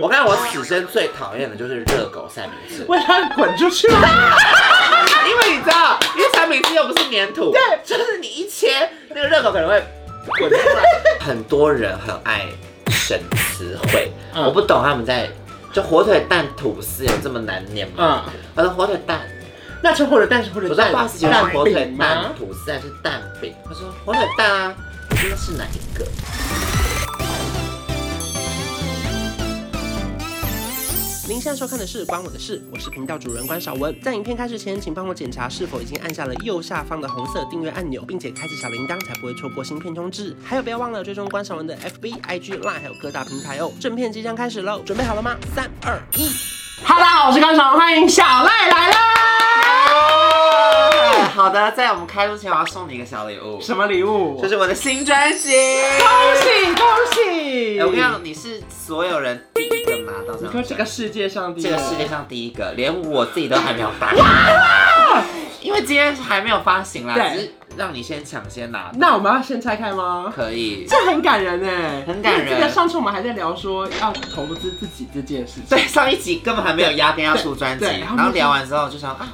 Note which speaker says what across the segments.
Speaker 1: 我看我此生最讨厌的就是热狗三明治，
Speaker 2: 为他滚出去吧！
Speaker 1: 因为你知道，因为三明治又不是粘土，
Speaker 2: 对
Speaker 1: 就是你一切那个热狗可能会滚出来。很多人很爱省词汇，
Speaker 2: 嗯
Speaker 1: 我不懂他们在就火腿蛋吐司有这么难念吗？
Speaker 2: 嗯，
Speaker 1: 他说火腿蛋，
Speaker 2: 那是或者但是或
Speaker 1: 我说
Speaker 2: 者
Speaker 1: 不好意思，请问是火腿
Speaker 2: 饼
Speaker 1: 蛋
Speaker 2: 吗？
Speaker 1: 吐司还是蛋饼？他说火腿蛋啊，我说那是哪一个？
Speaker 2: 您现在收看的是《关我的事》，我是频道主人关少文。在影片开始前，请帮我检查是否已经按下了右下方的红色订阅按钮，并且开启小铃铛，才不会错过新片通知。还有，不要忘了追踪关少文的 FB、IG、Line，还有各大平台哦。正片即将开始喽，准备好了吗？三、二、一。哈喽，大家好，我是关少文，欢迎小赖来啦！
Speaker 1: 哎好的，在我们开录前，我要送你一个小礼物，
Speaker 2: 什么礼物？
Speaker 1: 这是我的新专辑。
Speaker 2: 恭喜恭喜！
Speaker 1: 哎我跟你讲，你是所有人第一个拿到这
Speaker 2: 你
Speaker 1: 张
Speaker 2: 说这个
Speaker 1: 专辑，
Speaker 2: 世界上第一
Speaker 1: 这个世界上第一个，连我自己都还没有发。因为今天还没有发行啦，
Speaker 2: 对
Speaker 1: 只是让你先抢先拿，
Speaker 2: 那我们要先拆开吗？
Speaker 1: 可以。
Speaker 2: 这很感人哎，
Speaker 1: 很感人
Speaker 2: 因为这个上次我们还在聊说要投资自己这件事情，
Speaker 1: 对，上一集根本还没有压根要出专辑，
Speaker 2: 对对然后
Speaker 1: 然后聊完之后就想啊。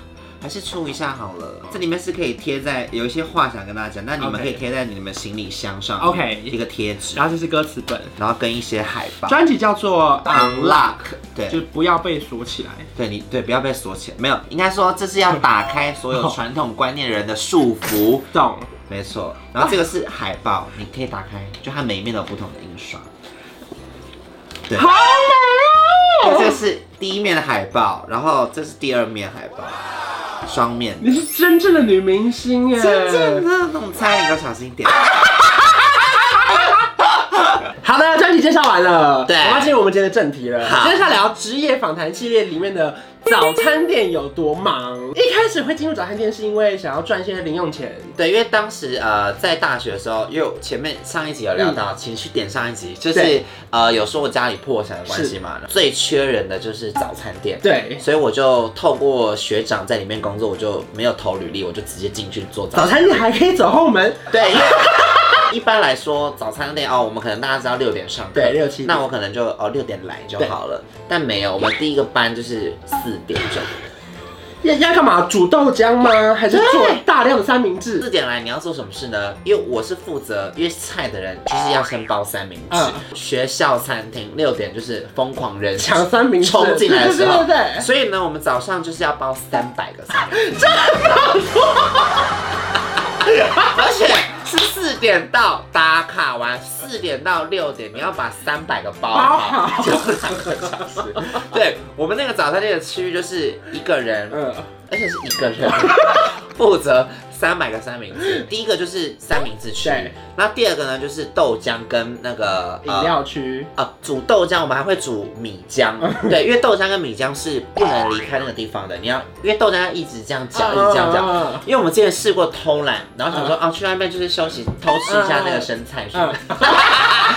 Speaker 1: 还是出一下好了，这里面是可以贴在有一些话想跟大家讲，那你们
Speaker 2: OK
Speaker 1: 可以贴在你们行李箱上
Speaker 2: OK
Speaker 1: 一个贴纸，
Speaker 2: 然后这是歌词本，
Speaker 1: 然后跟一些海报
Speaker 2: 专辑叫做
Speaker 1: unlock，对，
Speaker 2: 就不要被锁起来。
Speaker 1: 对你对，不要被锁起来。没有，应该说这是要打开所有传统观念人的束 缚。
Speaker 2: 懂，
Speaker 1: 没错，然后这个是海报，你可以打开，就它每一面都有不同的印刷。对，
Speaker 2: 好美
Speaker 1: 哎这
Speaker 2: 哦！
Speaker 1: 个是第一面的海报，然后这是第二面海报，双面。
Speaker 2: 你是真正的女明星欸耶！
Speaker 1: 真正的那种猜，你要小心一点。
Speaker 2: 好的，专辑介绍完了，
Speaker 1: 对
Speaker 2: 我们要进入我们今天的正题了。
Speaker 1: 好
Speaker 2: 接下来聊职业访谈系列里面的早餐店有多忙。一开始会进入早餐店是因为想要赚一些零用钱，
Speaker 1: 对，因为当时呃在大学的时候，因为我前面上一集有聊到、情绪点上一集，就是
Speaker 2: 对
Speaker 1: 呃有说我家里破产的关系嘛，最缺人的就是早餐店。
Speaker 2: 对，
Speaker 1: 所以我就透过学长在里面工作，我就没有投履历，我就直接进去做早
Speaker 2: 早
Speaker 1: 餐。
Speaker 2: 餐店还可以走后门，
Speaker 1: 对，因为一般来说早餐店哦，我们可能大家知道六点上课，
Speaker 2: 对六七点
Speaker 1: 那我可能就哦六点来就好了。但没有，我们第一个班就是四点整，
Speaker 2: 要要干嘛？煮豆浆吗？还是做
Speaker 1: 对
Speaker 2: 大量的三明治？
Speaker 1: 四点来你要做什么事呢？因为我是负责约菜的人，就是要先包三明治。
Speaker 2: 嗯
Speaker 1: 学校餐厅六点就是疯狂人潮
Speaker 2: 抢三明治
Speaker 1: 冲进来的时候，
Speaker 2: 对对对对
Speaker 1: 所以呢，我们早上就是要包三百个三明治，而且是四点到打卡完，四点到六点你要把三百个包
Speaker 2: 包
Speaker 1: 好，
Speaker 2: 好
Speaker 1: 就是两个小时。对我们那个早餐店的区域就是一个人，
Speaker 2: 嗯，
Speaker 1: 而且是一个 人负责三百个三明治。第一个就是三明治区
Speaker 2: 对，
Speaker 1: 那第二个呢就是豆浆跟那个
Speaker 2: 饮。料区
Speaker 1: 呃啊，煮豆浆，我们还会煮米浆，
Speaker 2: 嗯
Speaker 1: 对，因为豆浆跟米浆是不能离开那个地方的，你要，因为豆浆要一直这
Speaker 2: 啊
Speaker 1: 样搅，一直这样搅，
Speaker 2: 样，
Speaker 1: 因为我们之前试过偷懒，然后想说啊，去外面就是休息，偷吃一下那个生菜，
Speaker 2: 嗯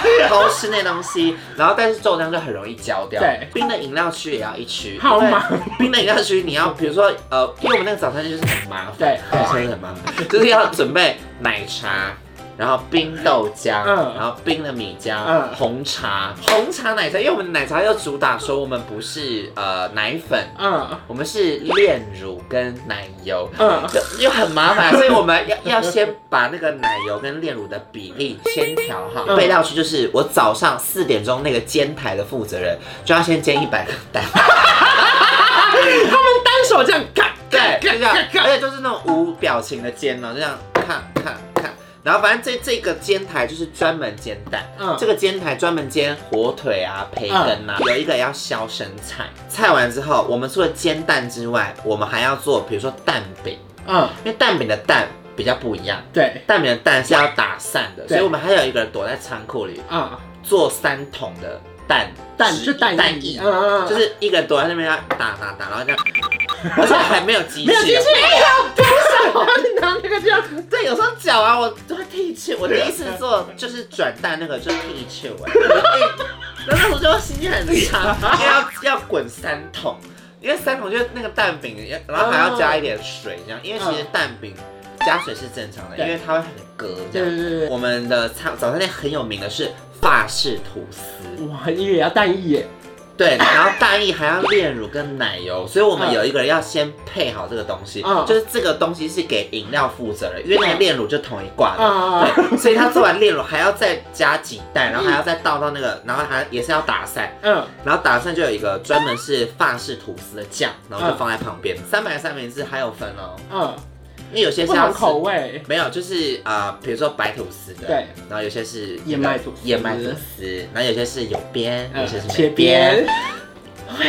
Speaker 1: 偷吃那东西，然后但是豆浆就很容易焦掉。
Speaker 2: 对
Speaker 1: 冰的饮料区也要一区，
Speaker 2: 好忙
Speaker 1: 因为冰的饮料区你要比如说 呃，因为我们那个早餐店就是很麻烦，
Speaker 2: 对
Speaker 1: 真的 很麻烦，就是要准备奶茶。然后冰豆浆，
Speaker 2: 嗯
Speaker 1: 然后冰的米浆，
Speaker 2: 嗯
Speaker 1: 红茶，红茶奶茶，因为我们奶茶要主打说我们不是呃奶粉，
Speaker 2: 嗯
Speaker 1: 我们是炼乳跟奶油，
Speaker 2: 嗯
Speaker 1: 就又很麻烦， 所以我们要要先把那个奶油跟炼乳的比例先调好。
Speaker 2: 嗯
Speaker 1: 备料区就是我早上四点钟那个煎台的负责人就要先煎一百个蛋，
Speaker 2: 他们单手这样干，
Speaker 1: 对，就
Speaker 2: 干
Speaker 1: 这样
Speaker 2: 干，干，
Speaker 1: 而且就是那种无表情的煎哦，就这样看看看。然后反正这这个煎台就是专门煎蛋，
Speaker 2: 嗯
Speaker 1: 这个煎台专门煎火腿啊、培根啊，有一个要削生菜。菜完之后，我们除了煎蛋之外，我们还要做比如说蛋饼。
Speaker 2: 嗯，
Speaker 1: 因为蛋饼的蛋比较不一样，
Speaker 2: 对，
Speaker 1: 蛋饼的蛋是要打散的，所
Speaker 2: 对
Speaker 1: 以我们还有一个人躲在仓库里
Speaker 2: 啊，
Speaker 1: 做三桶的蛋
Speaker 2: 蛋
Speaker 1: 汁
Speaker 2: 就蛋
Speaker 1: 蛋
Speaker 2: 液
Speaker 1: 液，
Speaker 2: 嗯嗯嗯
Speaker 1: 就是一个人躲在那边要打打打，然后这样， 而且还没有机器，哦
Speaker 2: 没有机器，没有，不是，我是拿那个这样子，
Speaker 1: 对，有时候脚啊，我都会踢球。我第一次做就是转蛋那个，就踢球 哎、欸。然后那时候就心情很差，因为要要滚三桶，因为三桶就是那个蛋饼，然后还要加一点水这样，因为其实蛋饼加水是正常的，因为它会很隔这
Speaker 2: 对
Speaker 1: 样。
Speaker 2: 对对
Speaker 1: 我们的餐早餐店很有名的是法式吐司，
Speaker 2: 嗯对，哇，一个也要蛋液耶，
Speaker 1: 对，然后蛋液还要炼乳跟奶油，所以我们
Speaker 2: 嗯
Speaker 1: 有一个人要先配好这个东西，
Speaker 2: 嗯
Speaker 1: 就是这个东西是给饮料负责人，因为那个炼乳就同一挂的，
Speaker 2: 啊，
Speaker 1: 对， 所以他做完炼乳还要再加几蛋，然后还要再倒到那个，然后还也是要打散，
Speaker 2: 嗯，
Speaker 1: 然后打散就有一个专门是法式吐司的酱，然后就
Speaker 2: 嗯
Speaker 1: 放在旁边。三百三明治还有分哦，
Speaker 2: 嗯，
Speaker 1: 因为有些是
Speaker 2: 不
Speaker 1: 要
Speaker 2: 同
Speaker 1: 吃
Speaker 2: 口味，
Speaker 1: 没有，就是呃，比如说白吐司的，
Speaker 2: 对，
Speaker 1: 然后有些是
Speaker 2: 燕麦吐司呃
Speaker 1: 燕麦吐司，然后有些是有边，有些是没
Speaker 2: 切边，Oh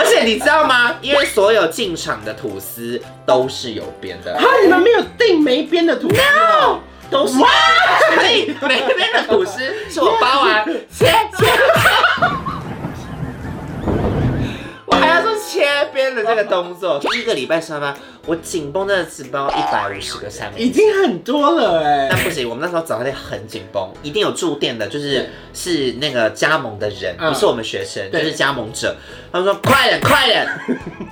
Speaker 1: 而且你知道吗？因为所有进场的吐司都是有边的
Speaker 2: 啊，，你们没有订没边的图？No，哦
Speaker 1: 都是，所以每边的吐司是我包完切切。我还要做切边的这个动作。第一个礼拜上班，我紧绷真的只包一百五十个三明治
Speaker 2: 已经很多了哎、
Speaker 1: 但不行，我们那时候早餐店很紧绷，一定有驻店的，就是是那个加盟的人，
Speaker 2: 嗯
Speaker 1: 不是我们学生，就
Speaker 2: 对
Speaker 1: 是加盟者。他们说快点快 点，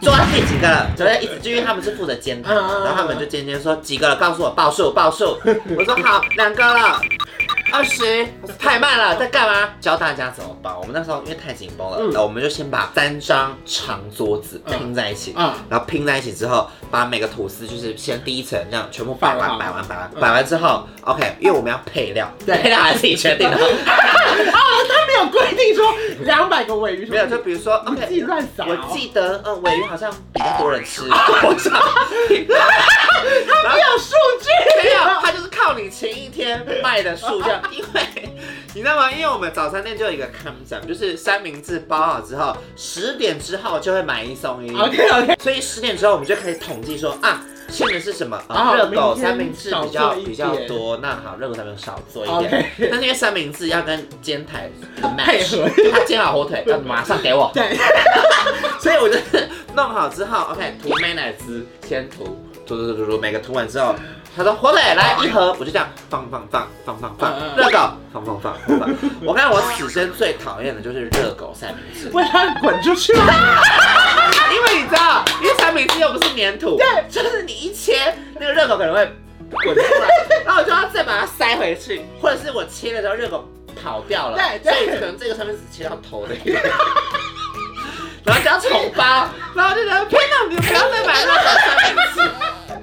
Speaker 1: 做到第几个了？昨天一直就因为他们是负责监督，
Speaker 2: 嗯嗯嗯
Speaker 1: 然后他们就尖尖说几个了，告诉我报数报 数。我说好，两个了。二十太慢了，在干嘛？教大家怎么包。我们那时候因为太紧绷了，
Speaker 2: 嗯
Speaker 1: 呃我们就先把三张长桌子
Speaker 2: 嗯
Speaker 1: 拼在一起，
Speaker 2: 嗯
Speaker 1: 然后拼在一起之后，把每个吐司就是先第一层这样全部摆
Speaker 2: 摆
Speaker 1: 完
Speaker 2: 好
Speaker 1: 摆完摆完
Speaker 2: 嗯
Speaker 1: 摆完之后，OK，因为我们要配料，
Speaker 2: 对
Speaker 1: 配料还是自己决 定的。
Speaker 2: 啊，他没有规定说两百个尾鱼，
Speaker 1: 没有，就比如说
Speaker 2: 你自己
Speaker 1: OK，
Speaker 2: 乱撒、哦啊
Speaker 1: 我记得嗯， 尾鱼好像比较多人吃，我想，然后
Speaker 2: 没有数据，
Speaker 1: 没有，他就是靠你前一天卖的数量，因为你知道吗？因为我们早餐店就有一个 com 讲，就是三明治包好之后，十点之后就会买一送一。
Speaker 2: OK OK，
Speaker 1: 所以十点之后，我们就可以统计说啊，剩的是什么？啊，
Speaker 2: 啊
Speaker 1: 热狗
Speaker 2: 明天
Speaker 1: 三明治比
Speaker 2: 少
Speaker 1: 较
Speaker 2: 做一点
Speaker 1: 比较多，那好，热狗三明治少做一
Speaker 2: OK
Speaker 1: 点。但是因为三明治要跟煎台的 match，
Speaker 2: 配合
Speaker 1: 他煎好火腿要马上给我，
Speaker 2: 对，
Speaker 1: 所以我就是弄好之后，OK，涂美乃滋，先涂，涂涂涂涂涂，每个涂完之后。他说火腿来一盒，我就这样放放放放放放
Speaker 2: 嗯嗯嗯
Speaker 1: 热狗放放放放放。我看我此生最讨厌的就是热狗三明治，
Speaker 2: 为他滚出去了，
Speaker 1: 因为你知道，因为三明治又不是粘土，
Speaker 2: 对
Speaker 1: 就是你一切那个热狗可能会滚出来，然后我就要再把它塞回去，或者是我切的时候热狗跑掉了，
Speaker 2: 对对
Speaker 1: 所以可能这个上面只切到头的一个。然后就要重包，然后就觉得天哪，你不要再买热狗三明治。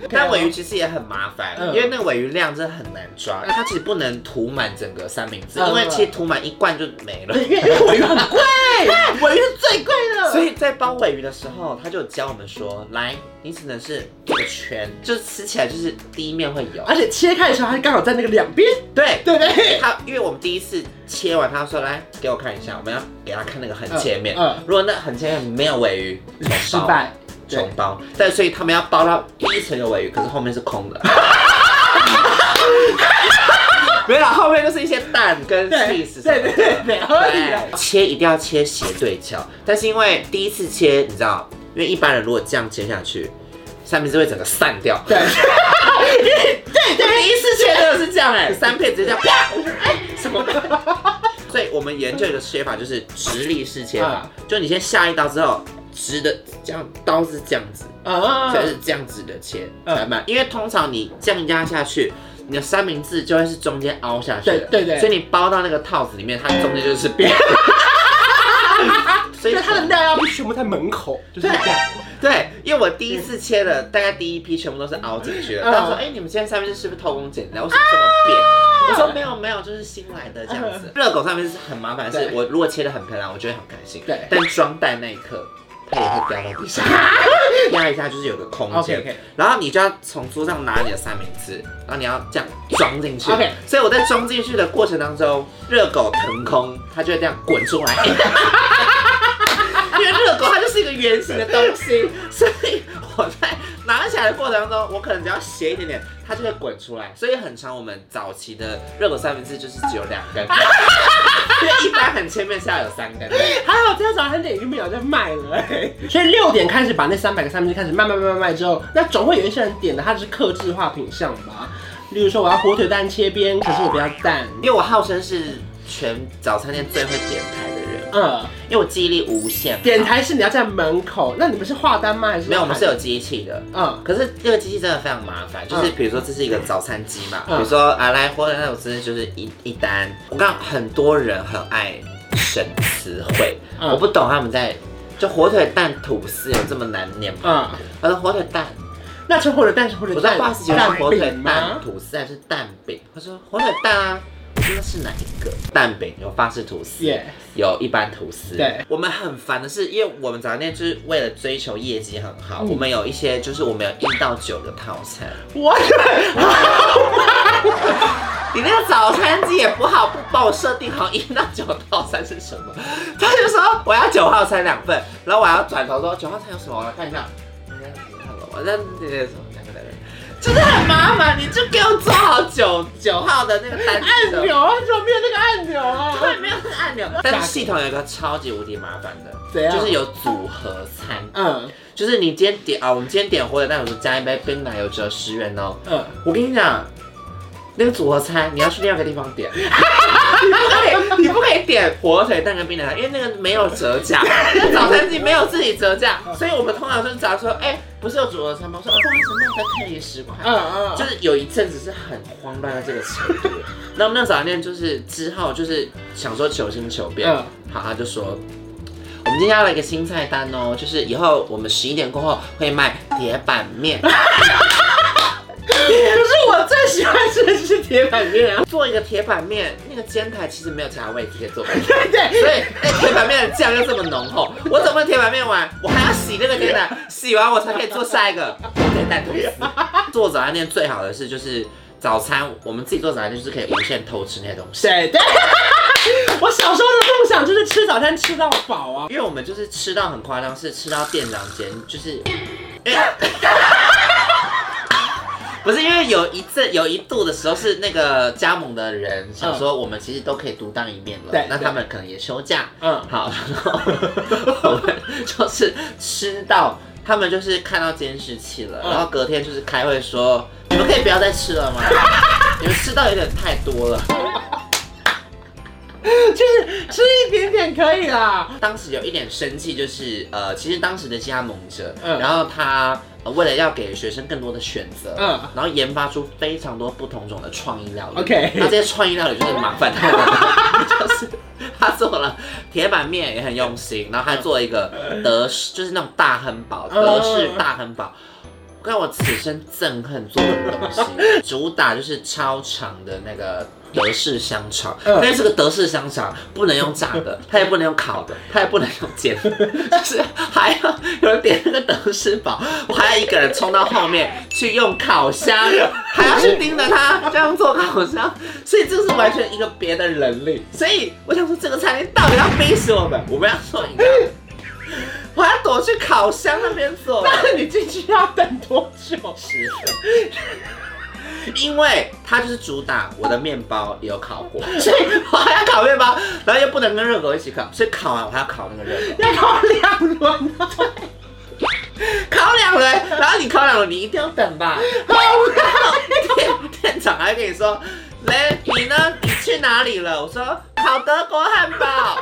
Speaker 1: 但尾鱼其实也很麻烦，
Speaker 2: 啊嗯
Speaker 1: 因为那个尾鱼量真的很难抓，它其实不能涂满整个三明治，
Speaker 2: 嗯
Speaker 1: 因为其实涂满一罐就没 了。
Speaker 2: 因为因为尾鱼很贵， 尾鱼是最贵的，
Speaker 1: 所以在包尾鱼的时候，他就教我们说，来，你只能是这个圈，就是吃起来就是第一面会有，
Speaker 2: 而且切开的时候，它刚好在那个两边，
Speaker 1: 对。
Speaker 2: 对不啊对？
Speaker 1: 他因为我们第一次切完，他说来给我看一下，我们要给他看那个横切面。
Speaker 2: 嗯嗯
Speaker 1: 如果那横切面没有尾鱼，重包
Speaker 2: 失，败，
Speaker 1: 重包。但所以他们要包到第一层有尾鱼，可是后面是空的。 没有，后面就是一些蛋跟
Speaker 2: 对
Speaker 1: cheese 什么
Speaker 2: 对
Speaker 1: 的。
Speaker 2: 对对对，合理的。
Speaker 1: 切一定要切斜对角，但是因为第一次切，你知道，因为一般人如果这样切下去，三明治会整个散掉。
Speaker 2: 对，
Speaker 1: 对，第一次切真的是这样哎、 三片直接这样啪，哎、什么？ 所以我们研究一个切法就是直立式切法，就你先下一刀之后，直的这样刀是这样子，
Speaker 2: 啊
Speaker 1: 所以是这样子的切
Speaker 2: 嗯
Speaker 1: 才慢，因为通常你这样压下去。你的三明治就会是中间凹下去的，
Speaker 2: 对对对
Speaker 1: 所以你包到那个套子里面，它中间就是扁， 所以
Speaker 2: 所以它的料要全部在门口，就是这样。
Speaker 1: 对，因为我第一次切的，大概第一批全部都是凹进去的。
Speaker 2: 嗯啊
Speaker 1: 他说：“哎、你们今天三明治是不是偷工减料？为什么这么扁？”我
Speaker 2: 嗯
Speaker 1: 说：“没有没有，就是新来的这样子。”热狗上面是很麻烦，是
Speaker 2: 对
Speaker 1: 我如果切的很漂亮，我就会很开心。
Speaker 2: 对
Speaker 1: 但装袋那一刻，它也会掉到地 上，压一下就是有个空间。
Speaker 2: OK，OK
Speaker 1: 然后你就要从桌上拿你的三明治，然后你要这样装进去。
Speaker 2: OK
Speaker 1: 所以我在装进去的过程当中，热狗腾空，它就会这样滚出 来。 因为热狗它就是一个圆形的东西， 所以我在拿起来的过程当中，我可能只要斜一点点，它就会滚出来。所以很常我们早期的热狗三明治就是只有两根，因为一般很切面是要有三根的。
Speaker 2: 还好今天早餐店已经没有在卖 了、
Speaker 1: 哎
Speaker 2: 欸，所以六点开始把那三百个三明治开始慢慢慢慢卖之后，那总会有一些人点的，它是克制化品相吧。例如说我要火腿蛋切边，可是我不要 蛋。
Speaker 1: 因为我号称是全早餐店最会点台的人，
Speaker 2: 嗯，
Speaker 1: 因为我记忆力无限好。
Speaker 2: 点台是你要在门口，那你们是画单吗？还是
Speaker 1: 没有，我们是有机器的。
Speaker 2: 嗯
Speaker 1: 可是这个机器真的非常麻烦，就是比如说这是一个早餐机嘛，比
Speaker 2: 嗯
Speaker 1: 如说啊来或者那种吃就是一一单，我刚很多人很爱神词汇，
Speaker 2: 嗯
Speaker 1: 我不懂他们在就火腿蛋吐司有这么难念吗？
Speaker 2: 嗯，
Speaker 1: 他说火腿蛋，
Speaker 2: 那是火腿蛋是火腿
Speaker 1: 我在
Speaker 2: 蛋
Speaker 1: 八十九是火腿蛋
Speaker 2: 吗？
Speaker 1: 吐司还是蛋饼？他说火腿蛋啊。我说那是哪一个？蛋饼有法式吐司
Speaker 2: Yes
Speaker 1: 有一般吐司。
Speaker 2: 对，
Speaker 1: 我们很烦的是，因为我们早餐店就是为了追求业绩很好，
Speaker 2: 嗯
Speaker 1: 我们有一些就是我们有一到九个套餐。
Speaker 2: 我
Speaker 1: 你那个早餐机也不好，不帮我设定好一到九套餐是什么？ 他就说我要九号餐两份，然后我还要转头说九号餐有什么？我来看一下，我那那个什么两个两个，就是很麻烦，你就给我做好九九号的那个单
Speaker 2: 按
Speaker 1: 子
Speaker 2: 钮啊， 怎么没有那个按钮
Speaker 1: 对，
Speaker 2: 啊？
Speaker 1: 没有那个按钮。但是系统有一个超级无敌麻烦的，
Speaker 2: 怎样
Speaker 1: 就是有组合餐，
Speaker 2: 嗯
Speaker 1: 就是你今天点啊，我们今天点火腿蛋，我们加一杯冰奶油只有十元哦。
Speaker 2: 嗯，
Speaker 1: 我跟你讲，那个组合餐你要去另外一个地方点，你不可以，哎你不可以点火腿蛋跟冰奶茶，因为那个没有折价，那早餐机没有自己折价，所以我们通常就是找说，哎、不是有组合餐吗？我说，哦，不好意思，那个再退十块。
Speaker 2: 嗯嗯，
Speaker 1: 就是有一阵子是很慌乱到这个程度，那我们那早餐店就是之后就是想说求新求变，
Speaker 2: 嗯
Speaker 1: 好，他就说我们今天要来一个新菜单哦，就是以后我们十一点过后会卖铁板面，
Speaker 2: 可是我最喜欢吃的是铁板面啊。
Speaker 1: 做一个铁板面，那个煎台其实没有其他位置可以做，所
Speaker 2: 对对，
Speaker 1: 以那铁板面的酱又这么浓厚，我怎么会铁板面完？我还要洗那个煎台，洗完我才可以做下一个煎蛋吐司。做早餐店最好的是就是早餐，我们自己做早餐店就是可以无限偷吃那些东西。
Speaker 2: 对 对。我小时候的梦想就是吃早餐吃到饱啊！
Speaker 1: 因为我们就是吃到很夸张，是吃到店长间就是，哎 不是因为有一阵有一度的时候是那个加盟的人想说我们其实都可以独当一面了，
Speaker 2: 嗯对
Speaker 1: 那他们可能也休假，
Speaker 2: 嗯
Speaker 1: 好，然后我们就是吃到他们就是看到监视器了，
Speaker 2: 嗯
Speaker 1: 然后隔天就是开会说你们可以不要再吃了吗？ 你们吃到有点太多了。
Speaker 2: 就是吃一点点可以啦。
Speaker 1: 当时有一点生气，就是呃，其实当时的加盟者，
Speaker 2: 嗯
Speaker 1: 然后他、呃为了要给学生更多的选择，
Speaker 2: 嗯
Speaker 1: 然后研发出非常多不同种的创意料理。
Speaker 2: OK
Speaker 1: 那这些创意料理就是麻烦他了， 就是他做了铁板面也很用心，然后还做了一个德式，就是那种大汉堡，
Speaker 2: 嗯
Speaker 1: 德式大汉堡。让我此生憎恨做的东西， 主打就是超长的那个德式香肠，
Speaker 2: 嗯
Speaker 1: 但是这个德式香肠不能用炸的，它也不能用烤的，它也不能用煎的，就是还要有人点那个德式堡，我还要一个人冲到后面去用烤箱，还要去盯着它这样做烤箱，所以这是完全一个别的人力。所以我想说，这个餐厅到底要逼死我们？我们要做饮料，我还要躲去烤箱那边做。
Speaker 2: 那你进去要等多久？
Speaker 1: 吃。 因为它就是主打我的面包也有烤过，所以我还要烤面包，然后又不能跟热狗一起烤，所以烤完我还要烤那个热狗，
Speaker 2: 要搞两轮 啊！
Speaker 1: 烤两轮，然后你烤两轮你一定要等吧， 店店长还跟你说，雷你呢？你去哪里了？我说烤德国汉堡，